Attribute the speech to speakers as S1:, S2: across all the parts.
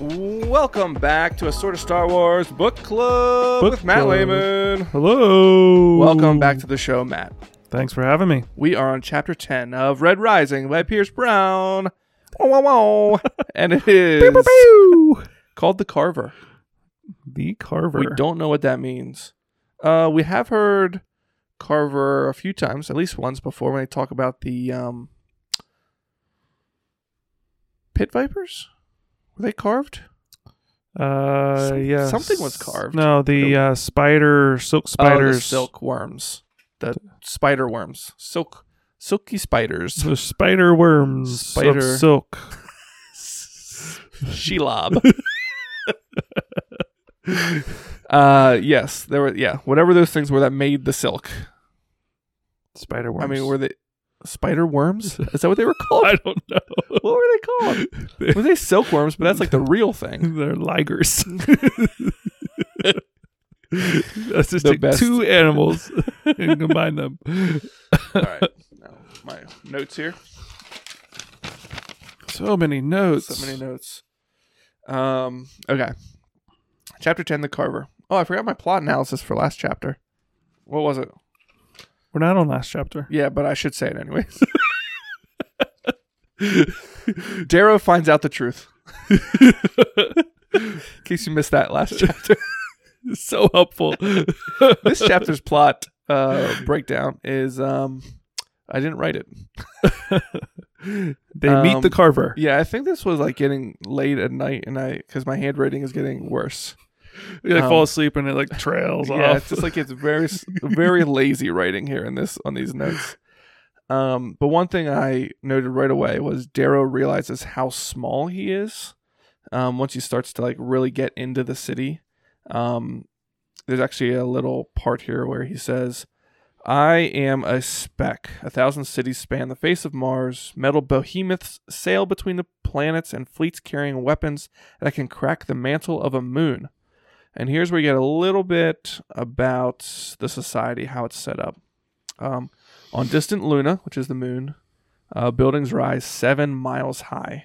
S1: Welcome back to a sort of Star Wars book club
S2: Book
S1: with Matt
S2: club.
S1: Lehman.
S2: Hello.
S1: Welcome back to the show, Matt.
S2: Thanks for having me.
S1: We are on chapter 10 of Red Rising by Pierce Brown. Wow, wow, wow. and it is called The Carver.
S2: The Carver.
S1: We don't know what that means. Uh, we have heard Carver a few times, at least once before, when they talk about the um, pit vipers. Were they carved?
S2: Uh,
S1: Some-
S2: yeah.
S1: something was carved.
S2: No, the uh, spider silk
S1: Oh,
S2: spiders.
S1: the silk worms, the spider worms, silk, silky spiders,
S2: The uh, spider worms.
S1: Spider-
S2: Of silk.
S1: shelob. uh, yes, there were. Yeah, whatever those things were that made the silk.
S2: Spider worms.
S1: I mean, were they spider worms? Is that what they were called?
S2: I don't know.
S1: what were they called? Were they silkworms? But that's like the real thing.
S2: They're ligers. Let's just
S1: The
S2: take
S1: best.
S2: two animals and combine them.
S1: All right. Now, my notes here.
S2: So many notes.
S1: So many notes. Um. Okay. Chapter ten, the Carver. Oh, I forgot my plot analysis for last chapter. What was it?
S2: We're not on last chapter.
S1: Yeah, but I should say it anyways. Darrow finds out the truth. In case you missed that last chapter.
S2: so helpful.
S1: this chapter's plot uh, breakdown is um, I didn't write it.
S2: They meet
S1: Um,
S2: the carver.
S1: Yeah, I think this was like getting late at night, and I because my handwriting is getting worse.
S2: They
S1: um,
S2: fall asleep and it like trails
S1: Yeah,
S2: off.
S1: it's just like it's very s- very lazy writing here in this on these notes. Um, but one thing I noted right away was Darrow realizes how small he is. Um, once he starts to like really get into the city, um, there's actually a little part here where he says, "I am a speck. A thousand cities span the face of Mars. Metal behemoths sail between the planets, and fleets carrying weapons that can crack the mantle of a moon." And here's where you get a little bit about the society, how it's set up. Um, on distant Luna, which is the moon, uh, buildings rise seven miles high.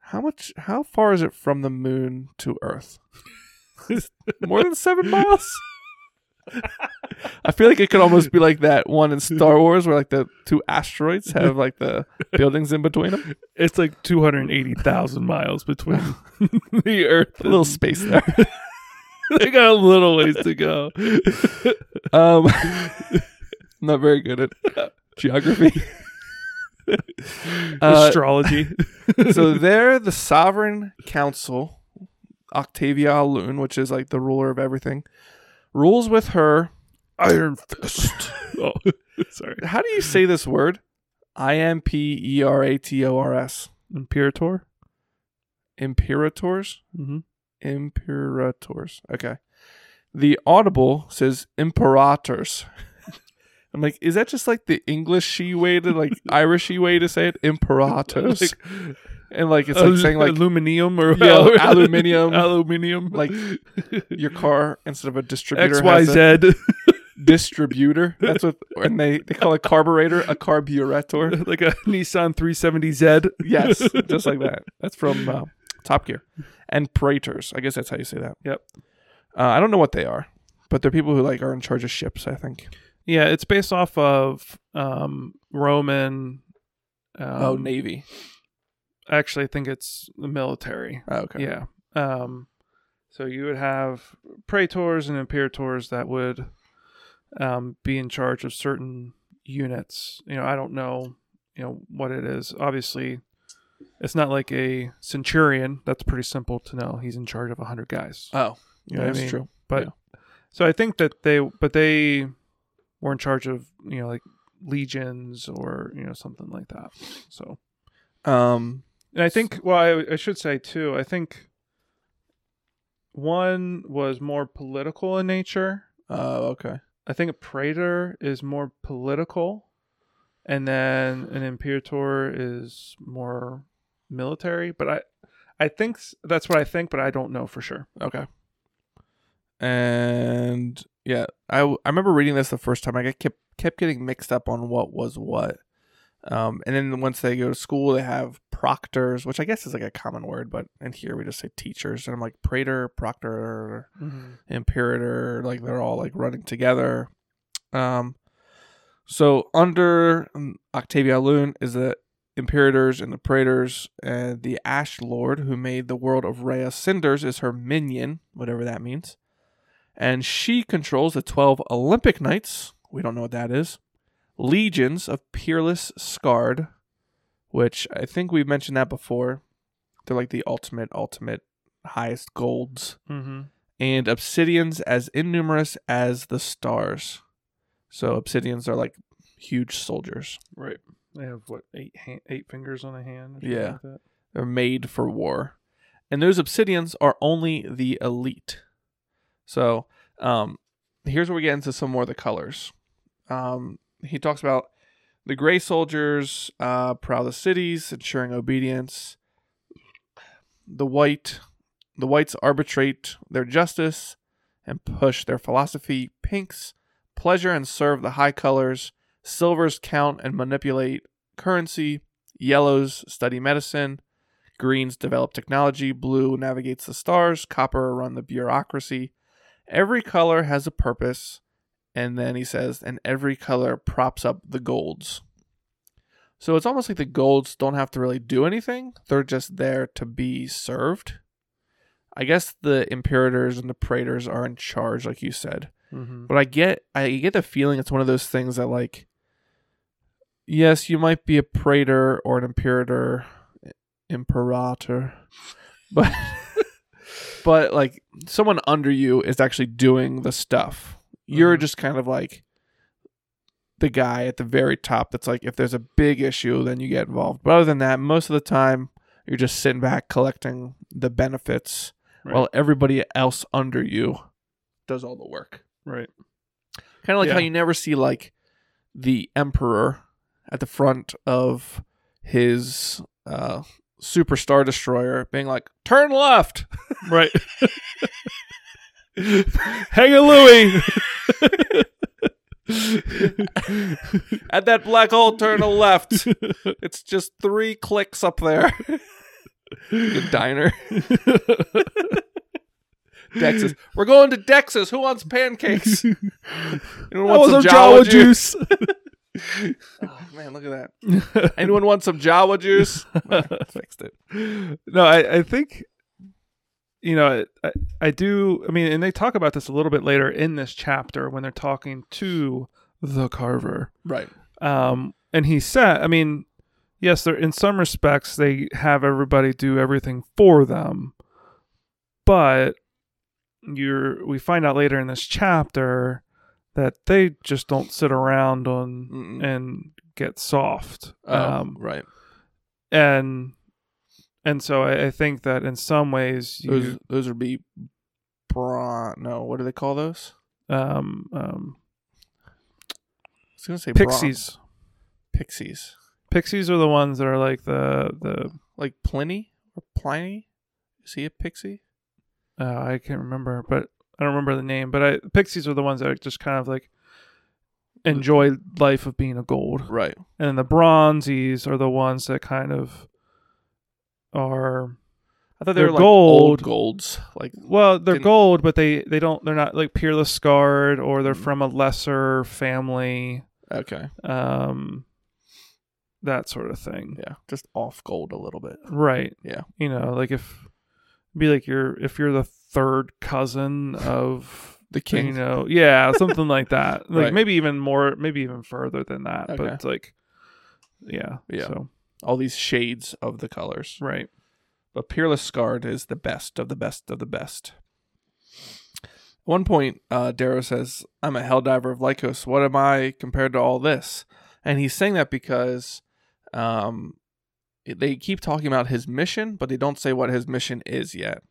S1: How much? How far is it from the moon to Earth? More than seven miles. I feel like it could almost be like that one in Star Wars, where like the two asteroids have like the buildings in between them.
S2: It's like 280,000 miles between the earth.
S1: A little space there.
S2: they got a little ways to go.
S1: Um, I'm not very good at geography. Uh,
S2: Astrology.
S1: so they're the sovereign council, Octavia Alun, which is like the ruler of everything, rules with her.
S2: Iron fist. oh, sorry.
S1: How do you say this word? I M P E R A T O R S.
S2: Imperator.
S1: Imperators?
S2: Mm-hmm.
S1: Imperators. Okay. The audible says imperators. I'm like, is that just like the Englishy way to like Irishy way to say it? Imperators. and like it's like saying like
S2: uh, aluminium or
S1: Yeah, aluminium.
S2: aluminium.
S1: like your car instead of a distributor
S2: X Y
S1: has a
S2: Z.
S1: distributor. That's what and they, they call a carburetor a carburetor.
S2: Like a Nissan 370Z.
S1: Yes, just like that. That's from uh, Top Gear. And praetors. I guess that's how you say that.
S2: Yep.
S1: Uh, I don't know what they are, but they're people who like are in charge of ships. I think.
S2: Yeah, it's based off of um, Roman. Um,
S1: oh, navy.
S2: Actually, I think it's the military.
S1: Oh, okay.
S2: Yeah. Um, so you would have praetors and imperators that would um, be in charge of certain units. You know, I don't know, you know, what it is. Obviously, it's not like a centurion. That's pretty simple to know. He's in charge of a hundred guys.
S1: Oh, yeah,
S2: You know what I
S1: that's
S2: mean?
S1: true.
S2: But
S1: yeah.
S2: so I think that they, but they were in charge of you know like legions or you know something like that. So
S1: Um,
S2: and I think, well, I, I should say too, I think one was more political in nature.
S1: oh, okay.
S2: I think a praetor is more political, and then an imperator is more military. But I, I think s- that's what I think, but I don't know for sure.
S1: Okay. and yeah, I, w- I remember reading this the first time. I got- kept kept getting mixed up on what was what. Um, and then once they go to school, they have proctors, which I guess is like a common word, but in here we just say teachers. And I'm like praetor, proctor,
S2: Mhm.
S1: imperator, like they're all like running together. Um, so under um, Octavia Loon is the imperators and the praetors, and the Ash Lord who made the world of Rhea cinders is her minion, whatever that means. And she controls the 12 Olympic Knights. We don't know what that is. Legions of Peerless Scarred, which I think we've mentioned that before. They're like the ultimate, ultimate, highest golds
S2: Mhm.
S1: and obsidians as innumerous as the stars. So obsidians are like huge soldiers.
S2: Right. They have what eight hand, eight fingers on a hand. or something
S1: Yeah.
S2: like that?
S1: They're made for war. And those obsidians are only the elite. So um, here's where we get into some more of the colors. Um, he talks about the gray soldiers uh, prowl the cities, ensuring obedience. The white, the whites arbitrate their justice and push their philosophy. Pinks pleasure and serve the high colors. Silvers count and manipulate currency. Yellows study medicine. Greens develop technology. Blue navigates the stars. Copper run the bureaucracy. Every color has a purpose. And then he says, and every color props up the golds. So it's almost like the golds don't have to really do anything. They're just there to be served. I guess the imperators and the praetors are in charge, like you said
S2: Mhm.
S1: but I get I get the feeling it's one of those things that like yes, you might be a praetor or an imperator imperator but but like someone under you is actually doing the stuff. You're
S2: Mhm.
S1: just kind of like the guy at the very top that's like if there's a big issue then you get involved. But other than that, most of the time you're just sitting back collecting the benefits
S2: Right.
S1: while everybody else under you does all the work
S2: Right.
S1: kind of like how
S2: Yeah.
S1: you never see like the emperor at the front of his uh superstar destroyer being like turn left
S2: Right.
S1: hang a louis at that black hole turn a left it's just three clicks up there Your diner dexas we're going to dexas who wants pancakes Anyone want some Jawa juice? Oh, man, look at that. Anyone want some Jawa juice? fixed it.
S2: no, I, I think you know I, I do. I mean, and they talk about this a little bit later in this chapter when they're talking to the carver.
S1: Right.
S2: Um, and he said, I mean, yes, they're in some respects they have everybody do everything for them, but you're we find out later in this chapter that they just don't sit around on
S1: Mm-mm.
S2: and get soft.
S1: um,
S2: Um,
S1: right.
S2: and and so I, I think that in some ways you
S1: Those those would be bra. No, what do they call those?
S2: um, um,
S1: I was gonna say bronze.
S2: pixies.
S1: Pixies.
S2: Pixies are the ones that are like the the
S1: Like Pliny or Pliny. Is he a pixie?
S2: uh, I can't remember, but I don't remember the name. But I, pixies are the ones that are just kind of like enjoy life of being a gold,
S1: Right.
S2: and then the bronzies are the ones that kind of are
S1: I thought
S2: They're
S1: like old
S2: gold.
S1: golds. Like
S2: well they're
S1: Didn't-
S2: gold but they they don't they're not like peerless scarred or they're
S1: Mhm.
S2: from a lesser family
S1: okay,
S2: um that sort of thing
S1: yeah, just off gold a little bit.
S2: right
S1: Yeah.
S2: you know like if be like you're if you're the third cousin of
S1: The
S2: you
S1: king.
S2: know yeah something like that like
S1: Right.
S2: maybe even more maybe even further than that but
S1: Okay.
S2: it's like yeah
S1: Yeah.
S2: so
S1: All these shades of the colors.
S2: right
S1: But Peerless Scarred is the best of the best of the best. At one point, uh, Darrow says, I'm a helldiver of Lycos. What am I compared to all this? And he's saying that because um, they keep talking about his mission, but they don't say what his mission is yet.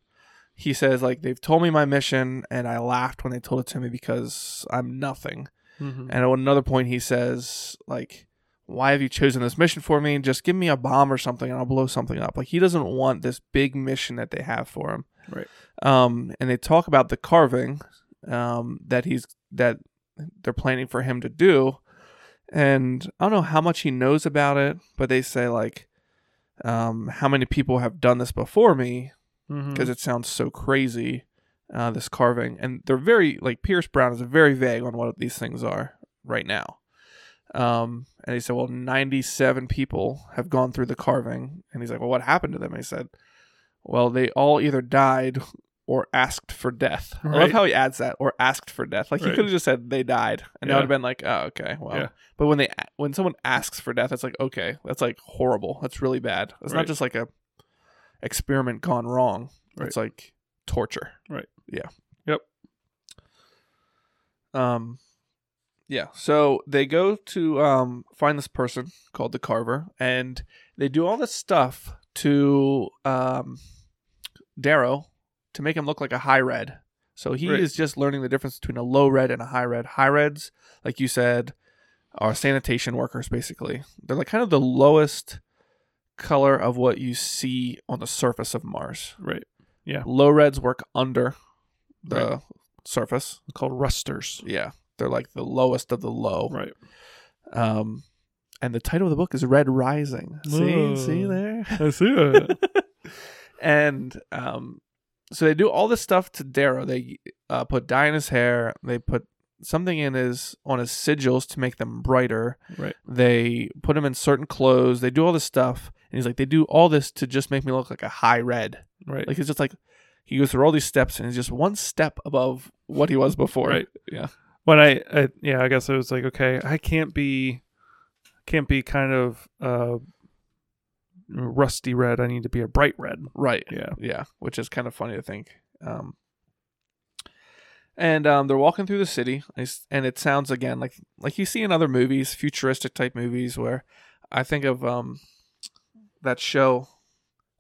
S1: He says, like, they've told me my mission, and I laughed when they told it to me because I'm nothing.
S2: mm-hmm.
S1: And at another point, he says, like, why have you chosen this mission for me? Just give me a bomb or something and I'll blow something up. Like, he doesn't want this big mission that they have for him.
S2: Right.
S1: Um, and they talk about the carving um, that he's that they're planning for him to do. And I don't know how much he knows about it, but they say like um, how many people have done this before me
S2: Mhm.
S1: because it sounds so crazy. Uh, this carving, and they're very like Pierce Brown is very vague on what these things are right now. Um, and he said, well, 97 people have gone through the carving. And he's like, well, what happened to them? And he said, well, they all either died or asked for death. I love
S2: Right.
S1: how he adds that or asked for death. Like he
S2: Right.
S1: could have just said they died, and that
S2: Yeah.
S1: would have been like, oh, okay, well.
S2: Yeah.
S1: But when they when someone asks for death, it's like, okay, that's like horrible. That's really bad. It's not
S2: Right.
S1: just like a experiment gone wrong.
S2: Right.
S1: It's like torture.
S2: Right.
S1: Yeah.
S2: Yep.
S1: Um yeah. So they go to um find this person called the Carver and they do all this stuff to um Darrow to make him look like a high red. So he
S2: Right.
S1: is just learning the difference between a low red and a high red. High reds, like you said, are sanitation workers basically. They're like kind of the lowest color of what you see on the surface of Mars.
S2: Right.
S1: Low reds work under the
S2: Right.
S1: surface.
S2: Called rusters.
S1: Yeah, they're like the lowest of the low.
S2: Right.
S1: Um, and the title of the book is Red Rising. See,
S2: Whoa.
S1: see there.
S2: I see it.
S1: And um, so they do all this stuff to Darrow. They uh, put dye in his hair. They put something in his on his sigils to make them brighter.
S2: right.
S1: They put him in certain clothes. They do all this stuff, and he's like, they do all this to just make me look like a high red.
S2: Right.
S1: Like it's just like he goes through all these steps, and he's just one step above what he was before.
S2: Right.
S1: Yeah.
S2: when I, I yeah, I guess I was like, okay, I can't be can't be kind of uh rusty red. I need to be a bright red.
S1: Right.
S2: Yeah.
S1: yeah, which is kind of funny to think. Um, and um, they're walking through the city, and it's- and it sounds again like like you see in other movies, futuristic type movies, where I think of um, that show,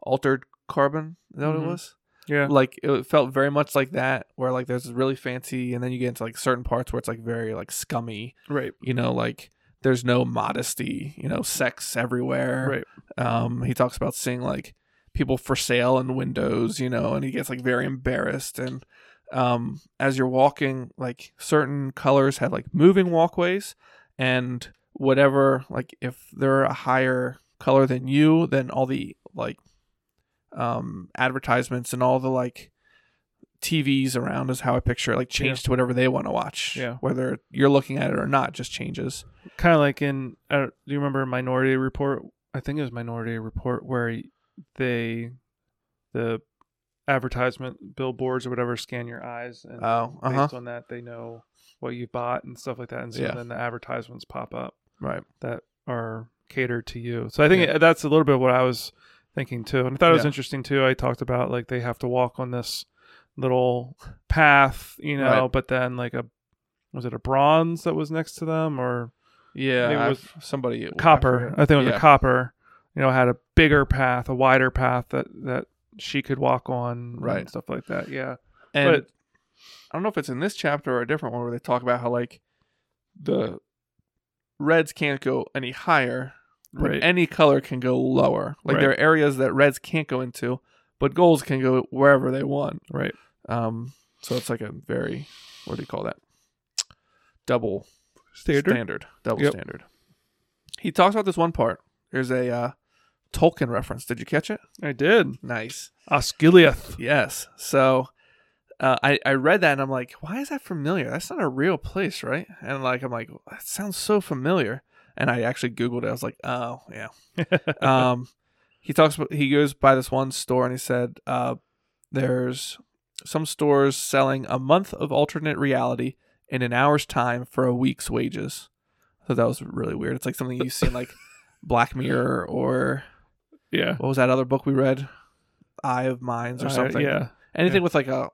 S1: Altered Carbon. Is that what
S2: Mhm.
S1: it was?
S2: Yeah.
S1: Like it felt very much like that, where like there's really fancy, and then you get into like certain parts where it's like very like scummy.
S2: Right.
S1: You know, like there's no modesty. You know, sex everywhere.
S2: Right.
S1: Um, he talks about seeing like people for sale in windows, you know, and he gets like very embarrassed. And um, as you're walking, like certain colors have like moving walkways, and whatever, like if they're a higher color than you, then all the like um, advertisements and all the like TVs around is how I picture it, like change to whatever they want to watch.
S2: Yeah.
S1: Whether you're looking at it or not, just changes.
S2: Kind of like in I don't, do you remember Minority Report? I think it was Minority Report where they the advertisement billboards or whatever scan your eyes and
S1: Oh, uh huh.
S2: based on that they know what you bought and stuff like that and so
S1: Yeah.
S2: then the advertisements pop up
S1: Right.
S2: that are catered to you. So I think
S1: Yeah.
S2: that's a little bit what I was thinking too. And I thought it was
S1: Yeah.
S2: interesting too. I talked about like they have to walk on this little path, you know, but then like a was it a bronze that was next to them or
S1: Yeah.
S2: Maybe it
S1: I've-
S2: was
S1: somebody I
S2: copper?
S1: forget.
S2: I think it was
S1: Yeah.
S2: a copper. You know, had a bigger path, a wider path that that she could walk on,
S1: Right.
S2: And stuff like that. Yeah,
S1: And
S2: But-
S1: I don't know if it's in this chapter or a different one where they talk about how like the reds can't go any higher, but
S2: right,
S1: any color can go lower. Like
S2: Right.
S1: there are areas that reds can't go into, but golds can go wherever they want.
S2: right,
S1: Um, so it's like a very what do you call that? Double double
S2: Yep.
S1: standard. He talks about this one part. There's a uh, Tolkien reference. Did you catch it?
S2: I did
S1: Nice.
S2: Osgiliath.
S1: Yes. So uh, I I read that and I'm like, why is that familiar? That's not a real place, right? And like I'm like, that sounds so familiar. And I actually googled it. I was like, oh yeah. um, he talks. About, he goes by this one store and he said, uh, there's some stores selling a month of alternate reality in an hour's time for a week's wages. So that was really weird. It's like something you see in like Black Mirror or
S2: yeah,
S1: what was that other book we read? Eye of Minds or
S2: Uh,
S1: something.
S2: yeah,
S1: Anything
S2: Yeah.
S1: with like a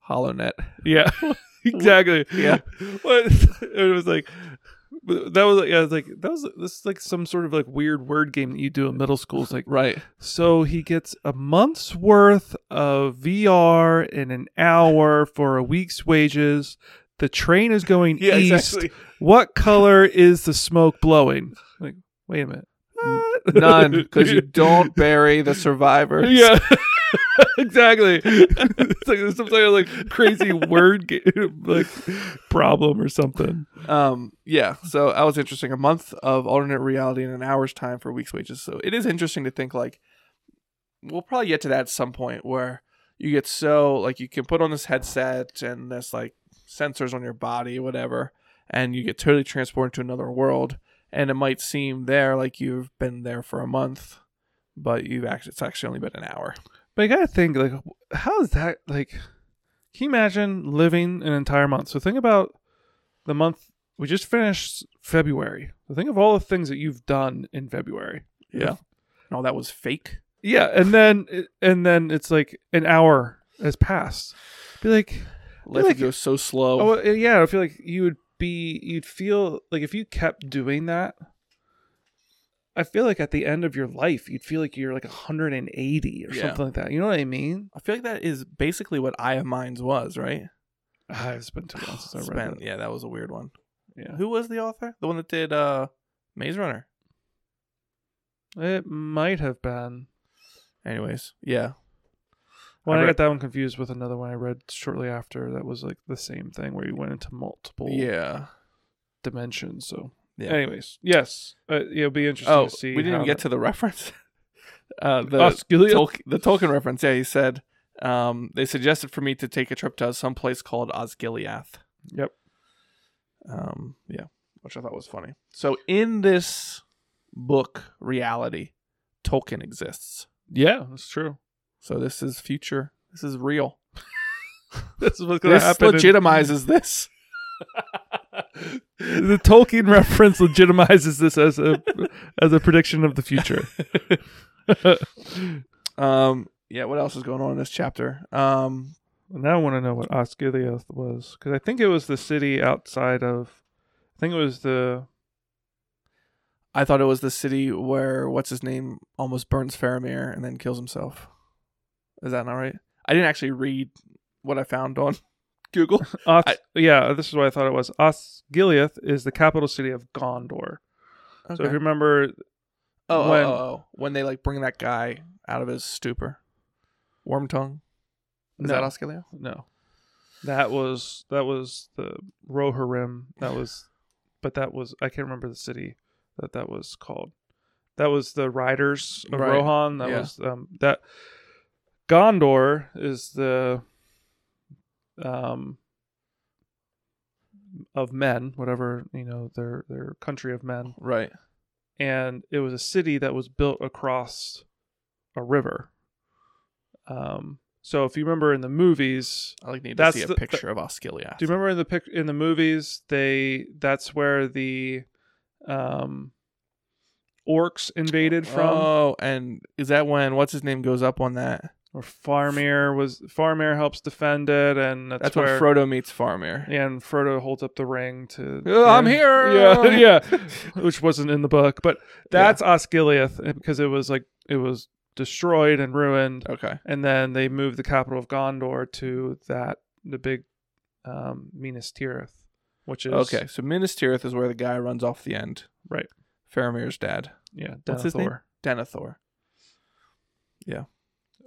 S1: hollow net.
S2: Yeah, exactly.
S1: Yeah.
S2: What it was like that was like I was like that was this is like some sort of like weird word game that you do in middle school. It's like
S1: Right.
S2: so he gets a month's worth of VR in an hour for a week's wages. The train is going east. What color is the smoke blowing? Like, wait a minute.
S1: None, because you don't bury the survivors.
S2: Yeah.
S1: exactly. it's like there's some sort of like crazy word game, like
S2: Problem or something.
S1: um yeah so that was interesting a month of alternate reality in an hour's time for a week's wages so it is interesting to think like we'll probably get to that at some point where you get so like you can put on this headset and this like sensors on your body whatever and you get totally transported to another world and it might seem there like you've been there for a month but you've actually it's actually only been an hour
S2: But you gotta think like, how is that like? Can you imagine living an entire month? So think about the month we just finished February. So think of all the things that you've done in February.
S1: yeah and all that was fake
S2: Yeah, and then and then it's like an hour has passed. Be like,
S1: life
S2: like-
S1: goes so slow
S2: oh uh, yeah, I feel like you would be, you'd feel like if you kept doing that. I feel like at the end of your life, you'd feel like you're like 180 or
S1: Yeah.
S2: something like that. You know what I mean?
S1: i feel like that is basically what i of mines was right
S2: Ah, it's been too long since I read
S1: Spent-
S2: it.
S1: Yeah, that was a weird one.
S2: Yeah.
S1: Who was the author? The one that did uh Maze Runner.
S2: It might have been.
S1: Anyways, yeah.
S2: Well, I,
S1: read-
S2: got that one confused with another one I read shortly after that was like the same thing where you went into multiple
S1: Yeah.
S2: dimensions. So,
S1: Yeah.
S2: anyways, yes, uh, it'll be interesting
S1: Oh,
S2: to
S1: we
S2: see.
S1: didn't even get to the reference. uh the
S2: Osculia.
S1: Tolk- the Tolkien reference. Yeah, he said um they suggested for me to take a trip to some place called Osgiliath.
S2: Yep.
S1: Um yeah, which I thought was funny. So in this book reality, Tolkien exists.
S2: Yeah, that's true.
S1: So this is future. This is real.
S2: This is what's going
S1: This
S2: to happen. in-
S1: legitimizes this.
S2: the Tolkien reference legitimizes this as a as a prediction of the future.
S1: Um, yeah, what else is going on in this chapter? Um,
S2: now I want to know what Osgiliath was because I think it was the city outside of. I think it was the
S1: I thought it was the city where what's his name almost burns Faramir and then kills himself. Is that not right? I didn't actually read what I found on Google.
S2: Os-
S1: I-
S2: yeah, this is what I thought it was. Osgiliath is the capital city of Gondor. So if you remember,
S1: oh, oh,
S2: when-
S1: oh, oh, when they like bring that guy out of his stupor, Worm Tongue. Is
S2: No.
S1: that Oscalia?
S2: no, that was that was the Rohirrim. That was, but that was I can't remember the city that that was called. That was the Riders of
S1: Right,
S2: Rohan. That
S1: yeah.
S2: was um, that Gondor is the um of men, whatever you know, their their country of men.
S1: Right.
S2: and it was a city that was built across a river. Um, so if you remember in the movies,
S1: I like need
S2: That's
S1: to see a
S2: the-
S1: picture of Oscalia.
S2: do you remember in the pic- in the movies they that's where the um, orcs invaded from,
S1: Oh, and is that when what's his name goes up on that?
S2: or Farmir was Farmir helps defend it, and that's,
S1: That's, when
S2: where
S1: Frodo meets Farmir.
S2: and Frodo holds up the ring to.
S1: Oh, I'm here.
S2: Yeah, yeah, which wasn't in the book, but that's Osgiliath because it was like it was destroyed and ruined.
S1: Okay.
S2: and then they moved the capital of Gondor to that the big um, Minas Tirith, which is
S1: Okay, so Minas Tirith is where the guy runs off the end.
S2: Right.
S1: Faramir's dad,
S2: Yeah,
S1: What's his
S2: Denethor.
S1: Denethor.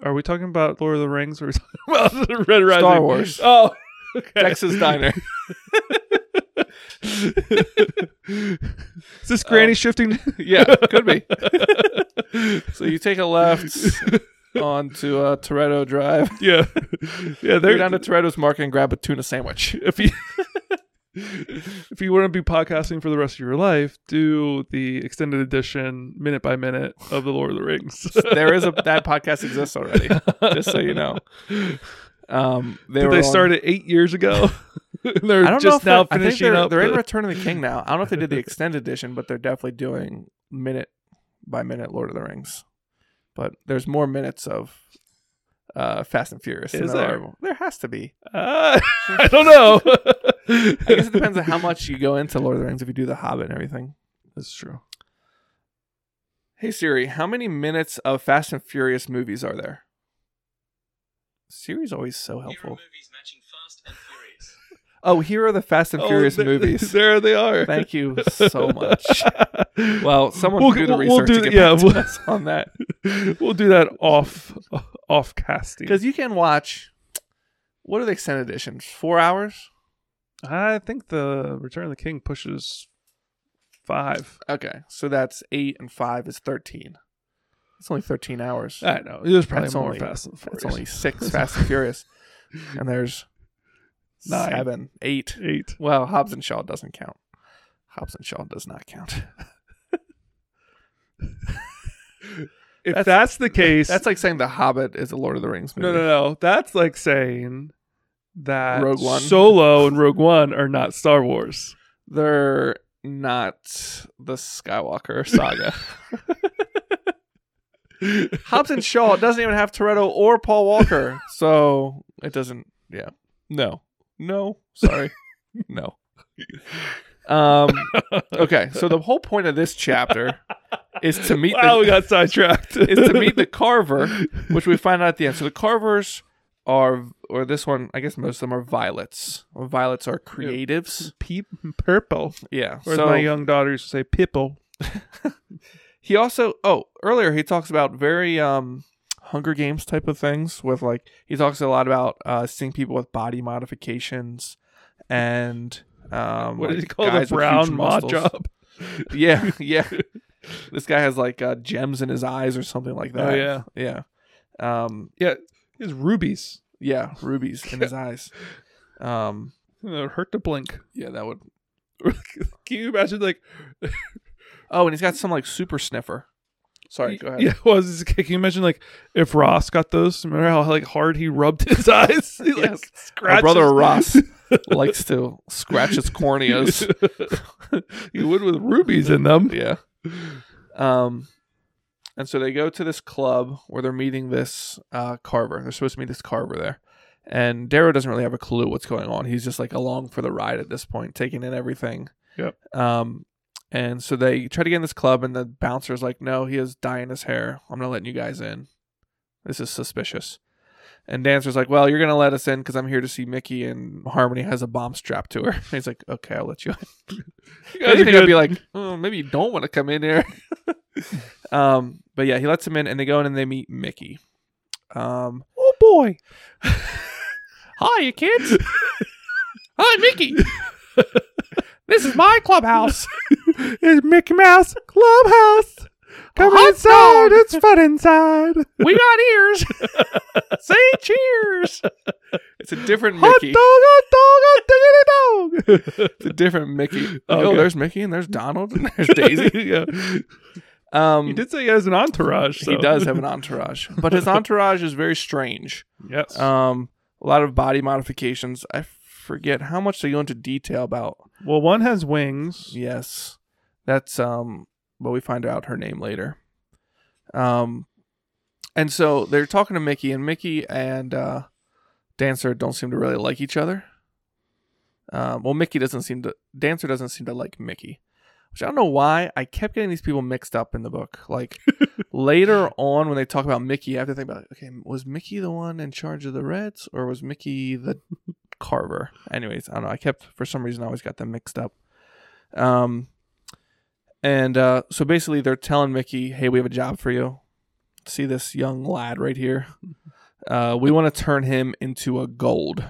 S2: Are we talking about Lord of the Rings or are we talking about Red Rising?
S1: Star Wars.
S2: Oh, okay.
S1: Texas Diner.
S2: Is this Granny
S1: Um,
S2: shifting?
S1: yeah, could be. so you take a left onto uh, Toretto Drive.
S2: yeah, yeah.
S1: Go
S2: They're
S1: down to Toretto's Market and grab a tuna sandwich.
S2: if you if you want to be podcasting for the rest of your life, do the extended edition minute by minute of the Lord of the Rings.
S1: There is a that podcast exists already, just so you know. Um, they
S2: Did
S1: were
S2: they
S1: on-
S2: started eight years ago. they're
S1: I don't know if
S2: just
S1: they're-
S2: now
S1: I think
S2: finishing
S1: they're,
S2: up.
S1: They're in
S2: the-
S1: Return of the King now. I don't know if they did the extended edition, but they're definitely doing minute by minute Lord of the Rings. But there's more minutes of uh, Fast and Furious. than
S2: Is there?
S1: are- There has to be.
S2: Ah, I don't know.
S1: I guess it depends on how much you go into Lord of the Rings if you do The Hobbit and everything.
S2: That's true.
S1: Hey Siri, how many minutes of Fast and Furious movies are there? Siri's always so
S3: Hero
S1: helpful.
S3: movies matching Fast and Furious.
S1: Oh, here are the Fast and Furious
S3: Oh, th-
S1: movies.
S3: There they are.
S1: Thank you so much. Well, someone
S2: We'll-
S1: do the
S2: we'll- we'll
S1: research
S2: do
S1: to
S2: the-
S1: get
S2: yeah,
S1: back
S2: we'll-
S1: to us on that
S2: we'll do that off off casting.
S1: because you can watch. What are the extended editions? Four hours?
S2: I think the Return of the King pushes five.
S1: Okay, so that's eight and five is thirteen. It's only thirteen hours.
S2: I know. There's probably
S1: That's
S2: more
S1: only-
S2: Fast and
S1: That's
S2: Furious.
S1: only six Fast and Furious, and there's
S2: Nine.
S1: seven, eight.
S2: eight.
S1: Well, Hobbs and Shaw doesn't count. Hobbs and Shaw does not count.
S2: If that's,
S1: That's-
S2: the case,
S1: That's like saying The Hobbit is a Lord of the Rings movie.
S2: no, no, no. That's like saying that
S1: Rogue One.
S2: Solo and Rogue One are not Star Wars.
S1: They're not the Skywalker saga. Hobbs and Shaw doesn't even have Toretto or Paul Walker, so it doesn't. Yeah, no, no, sorry, no. Um. Okay, so the whole point of this chapter is to meet
S2: wow,
S1: the
S2: we got sidetracked.
S1: is to meet the Carver, which we find out at the end. So the Carvers are, or this one, I guess most of them are violets. Or violets are creatives.
S2: Peep purple.
S1: Yeah.
S2: Or as
S1: so
S2: my young daughter used to say, pipple.
S1: he also, oh, earlier he talks about very um, Hunger Games type of things with like he talks a lot about uh, seeing people with body modifications and um,
S2: What
S1: like
S2: did he call the
S1: guys with huge
S2: brown mod
S1: muscles.
S2: job?
S1: Yeah, yeah. this guy has like uh, gems in his eyes or something like that.
S2: Oh yeah,
S1: yeah. Um,
S2: yeah. His rubies.
S1: Yeah, rubies in his eyes. Um,
S2: It would hurt to blink.
S1: yeah, that would.
S2: Can you imagine like
S1: Oh, and he's got some like super sniffer. Sorry, go ahead.
S2: Yeah, well, I was just- can you imagine like if Ross got those? Remember how like hard he rubbed his eyes? He like
S1: Yes. My
S2: scratched.
S1: brother Ross likes to scratch his corneas.
S2: he would with rubies in them.
S1: Yeah. Um, and so they go to this club where they're meeting this uh, Carver. They're supposed to meet this Carver there, and Darrow doesn't really have a clue what's going on. He's just like along for the ride at this point, taking in everything.
S2: Yep.
S1: Um, and so they try to get in this club, and the bouncer's like, "No, he is dyeing his hair. I'm not letting you guys in. This is suspicious." And Dancer's like, "Well, you're gonna let us in because I'm here to see Mickey, and Harmony has a bomb strapped to her." And he's like, "Okay, I'll let you in."
S2: You
S1: I
S2: guys are
S1: think I'd
S2: good.
S1: be like, oh, maybe you don't want to come in here. um, but yeah, he lets him in, and they go in and they meet Mickey. Um,
S2: oh boy,
S1: hi, you kids. hi, Mickey. this is my clubhouse.
S2: it's Mickey Mouse Clubhouse. Come
S1: hot
S2: inside,
S1: dog.
S2: it's fun inside.
S1: We got ears. Say cheers. It's a different
S2: Hot
S1: Mickey.
S2: dog, hot dog, hot diggity
S1: It's a different Mickey. Oh,
S2: Okay.
S1: there's Mickey, and there's Donald, and there's Daisy.
S2: dog. yeah.
S1: Um,
S2: He did say he has an entourage.
S1: he
S2: so-
S1: does have an entourage, but his entourage is very strange.
S2: yes.
S1: Um, a lot of body modifications. I forget how much they go into detail about.
S2: well, one has wings.
S1: Yes, that's um, but we find out her name later. Um, and so they're talking to Mickey, and Mickey and uh, Dancer don't seem to really like each other. Um, well, Mickey doesn't seem to. Dancer doesn't seem to like Mickey, which I don't know why. I kept getting these people mixed up in the book. Like later on, when they talk about Mickey, I have to think about okay, was Mickey the one in charge of the Reds, or was Mickey the Carver? Anyways, I don't know. I kept for some reason I always got them mixed up. Um, and uh, so basically, they're telling Mickey, "Hey, we have a job for you. See this young lad right here. Uh, we want to turn him into a gold."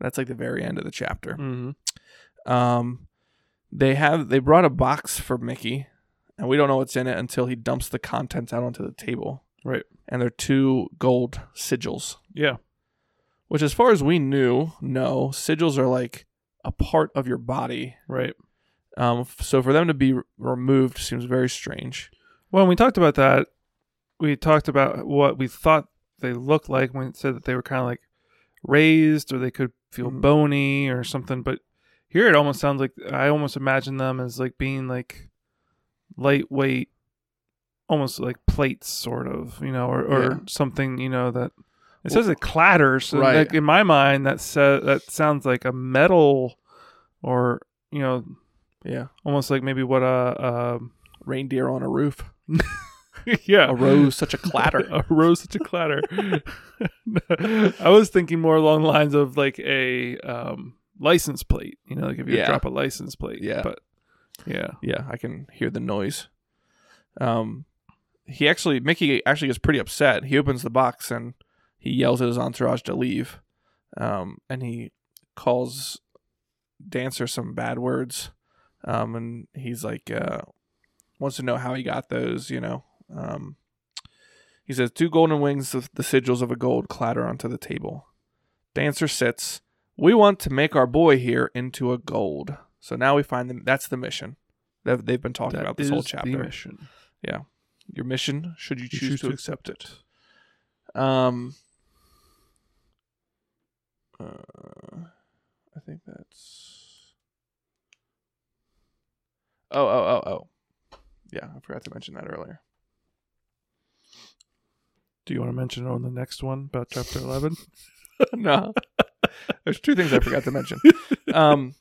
S1: That's like the very end of the chapter.
S2: Mhm.
S1: Um, they have they brought a box for Mickey, and we don't know what's in it until he dumps the contents out onto the table.
S2: Right.
S1: And they're two gold sigils,
S2: Yeah.
S1: which, as far as we knew, no sigils are like a part of your body
S2: Right.
S1: um, f- so for them to be r removed seems very strange.
S2: Well, when we talked about that, we talked about what we thought they looked like when it said that they were kind of like raised or they could feel
S1: Mhm.
S2: bony or something. But here it almost sounds like I almost imagine them as like being like lightweight, almost like plates, sort of, you know, or, or
S1: Yeah.
S2: something, you know, that it says it clatters. So
S1: Right.
S2: like in my mind, that, sa- that sounds like a metal or, you know,
S1: Yeah,
S2: almost like maybe what a.
S1: reindeer on a roof
S2: a yeah.
S1: arose such a clatter.
S2: a rose such a clatter. I was thinking more along the lines of like a um license plate. You know, like if you
S1: Yeah.
S2: drop a license plate.
S1: Yeah.
S2: But yeah.
S1: Yeah, I can hear the noise. Um, he actually Mickey actually gets pretty upset. He opens the box and he yells at his entourage to leave. Um, and he calls Dancer some bad words. Um, and he's like, uh, wants to know how he got those. You know, um, he says two golden wings of the sigils of a gold clatter onto the table. Dancer sits. We want to make our boy here into a gold. So now we find them. That's the mission. That they've been talking
S2: That
S1: about this whole
S2: is the
S1: chapter
S2: mission.
S1: your mission should you
S2: You
S1: choose, to, accept it. Um, uh, I think that's. Oh oh oh oh, yeah, I forgot to mention that earlier.
S2: Do you want to mention it on the next one about chapter eleven?
S1: no, there's two things I forgot to mention. Um,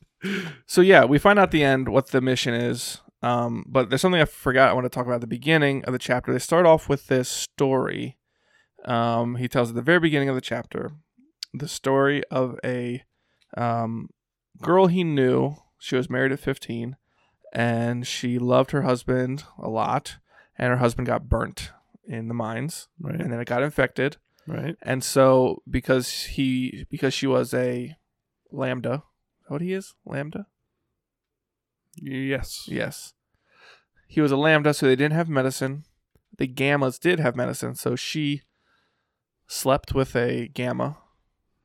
S1: so yeah, we find out the end what the mission is. Um, but there's something I forgot. I want to talk about at the beginning of the chapter. They start off with this story. Um, he tells at the very beginning of the chapter the story of a um, girl he knew. She was married at 15, and she loved her husband a lot. And her husband got burnt in the mines,
S2: Right.
S1: and then it got infected.
S2: Right.
S1: And so because he because she was a lambda, what he is? Lambda?
S2: Yes.
S1: Yes. He was a lambda, so they didn't have medicine. The gammas did have medicine, so she slept with a gamma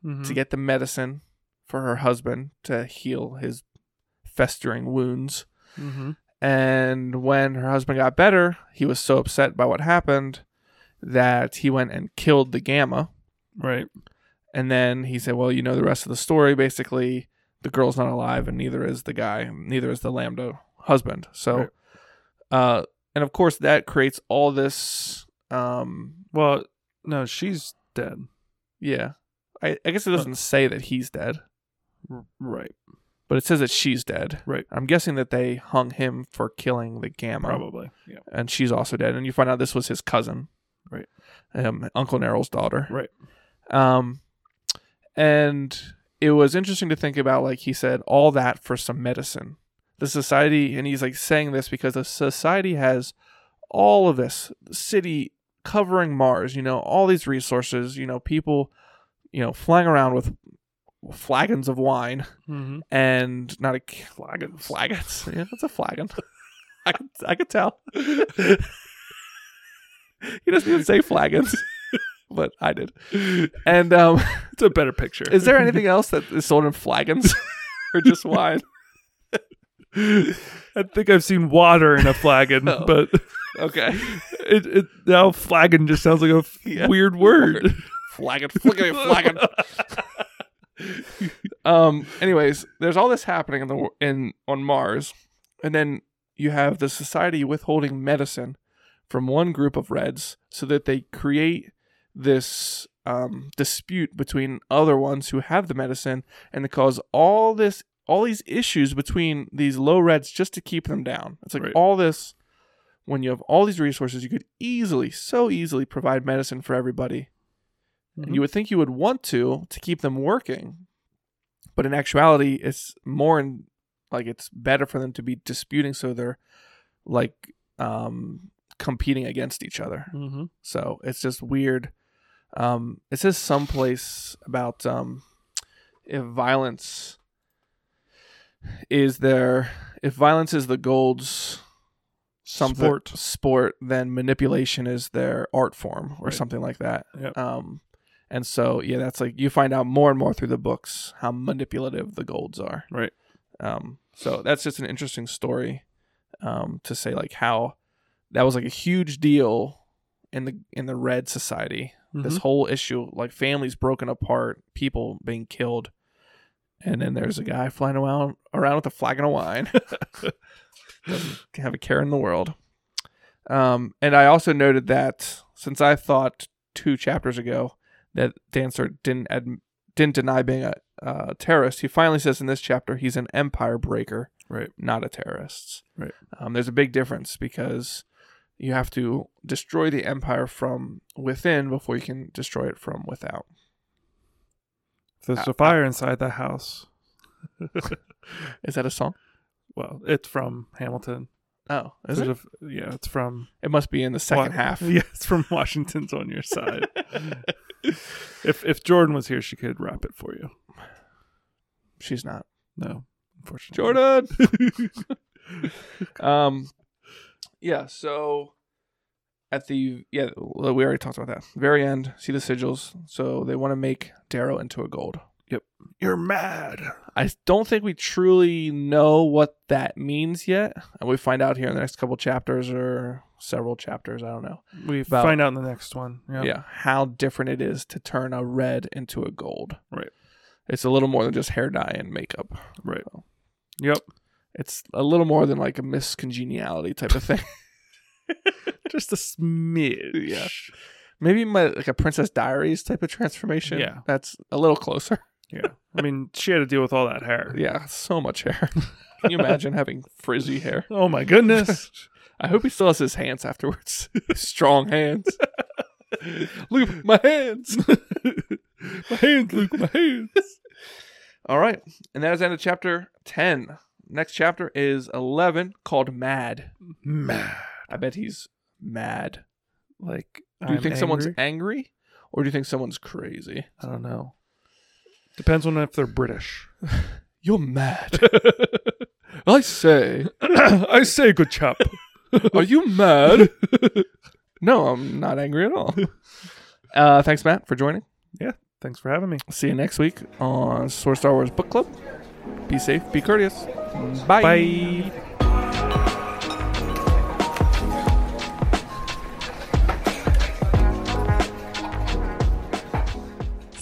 S2: Mhm.
S1: to get the medicine for her husband to heal his festering wounds.
S2: Mhm.
S1: And when her husband got better, he was so upset by what happened that he went and killed the gamma.
S2: Right.
S1: And then he said, "Well, you know the rest of the story. Basically, the girl's not alive, and neither is the guy, neither is the lambda husband. So,
S2: Right.
S1: uh, and of course, that creates all this. Um,
S2: Well, no, she's dead.
S1: yeah, I, I guess it doesn't say that he's dead,
S2: R- right.
S1: but it says that she's dead.
S2: Right.
S1: I'm guessing that they hung him for killing the gamma,
S2: Probably. Yeah.
S1: and she's also dead. And you find out this was his cousin,
S2: Right.
S1: Um, Uncle Neryl's daughter,
S2: Right.
S1: Um, and it was interesting to think about, like he said, all that for some medicine. The society, and he's like saying this because the society has all of this the city covering Mars, you know, all these resources, you know, people, you know, flying around with flagons of wine
S2: Mm-hmm.
S1: and not a c-
S2: Flagon.
S1: flagons. Yeah, that's a flagon. I could, I could tell. he doesn't even say flagons, but I did. And um,
S2: It's a better picture.
S1: is there anything else that is sold in flagons or just wine?
S2: I think I've seen water in a flagon,
S1: Oh.
S2: but
S1: Okay.
S2: it, it now flagon just sounds like a f-
S1: Yeah.
S2: weird word.
S1: Flagon, flickering flagon. um. Anyways, there's all this happening in the wor- in on Mars, and then you have the society withholding medicine from one group of Reds so that they create this um, dispute between other ones who have the medicine, and to cause all this all these issues between these low Reds just to keep them down. It's like
S2: Right.
S1: all this. When you have all these resources, you could easily, so easily provide medicine for everybody. And you would think you would want to to keep them working but in actuality it's more in, like it's better for them to be disputing so they're like um competing against each other
S2: Mm-hmm.
S1: so it's just weird um it says someplace about um if violence is there if violence is the gold's something
S2: Sport.
S1: sport then manipulation is their art form or
S2: Right.
S1: something like that
S2: Yep.
S1: um and so yeah that's like you find out more and more through the books how manipulative the golds are
S2: Right.
S1: um so that's just an interesting story um to say like how that was like a huge deal in the in the red society
S2: Mm-hmm.
S1: this whole issue like families broken apart people being killed and then there's a guy flying around around with a flagon of wine Doesn't have a care in the world um, and i also noted that since i thought two chapters ago that dancer didn't ad- didn't deny being a uh, terrorist he finally says in this chapter he's an empire breaker
S2: Right.
S1: not a terrorist
S2: Right.
S1: um, there's a big difference because you have to destroy the empire from within before you can destroy it from without. uh,
S2: If there's a fire inside the house,
S1: Is that a song?
S2: well, it's from Hamilton.
S1: Oh, is
S2: There's
S1: it?
S2: a f- yeah, it's from
S1: it must be in the second
S2: Wa-
S1: half.
S2: Yeah, it's from Washington's on your side. if if Jordan was here, she could rap it for you.
S1: She's not.
S2: No, unfortunately.
S1: Jordan. um, yeah. So at the yeah, well, we already talked about that. Very end, see the sigils. So they want to make Darrow into a gold.
S2: you're mad.
S1: I don't think we truly know what that means yet, and we find out here in the next couple chapters or several chapters. I don't know.
S2: We
S1: About-
S2: find out in the next one. Yeah.
S1: yeah how different it is to turn a red into a gold
S2: Right.
S1: it's a little more than just hair dye and makeup
S2: Right. Yep.
S1: it's a little more than like a miscongeniality type of thing
S2: Just a smidge.
S1: Yeah. maybe my like a princess diaries type of transformation
S2: Yeah.
S1: that's a little closer
S2: Yeah. I mean, she had to deal with all that hair.
S1: yeah so much hair can you imagine having frizzy hair
S2: Oh my goodness.
S1: i hope he still has his hands afterwards strong hands look at my hands
S2: my hands, Luke, my hands.
S1: all right and that is the end of chapter 10 next chapter is 11 called mad
S2: Mad.
S1: i bet he's mad
S2: Like,
S1: Do you
S2: I'm
S1: think someone's
S2: angry?
S1: angry or do you think someone's crazy?
S2: I don't know. Depends on if they're British.
S1: You're mad. I say,
S2: I say, good chap.
S1: are you mad? no, I'm not angry at all. Uh, thanks, Matt, for joining.
S2: Thanks for having me.
S1: See you next week on Source Star Wars Book Club. Be safe, be courteous. Bye.
S2: Bye.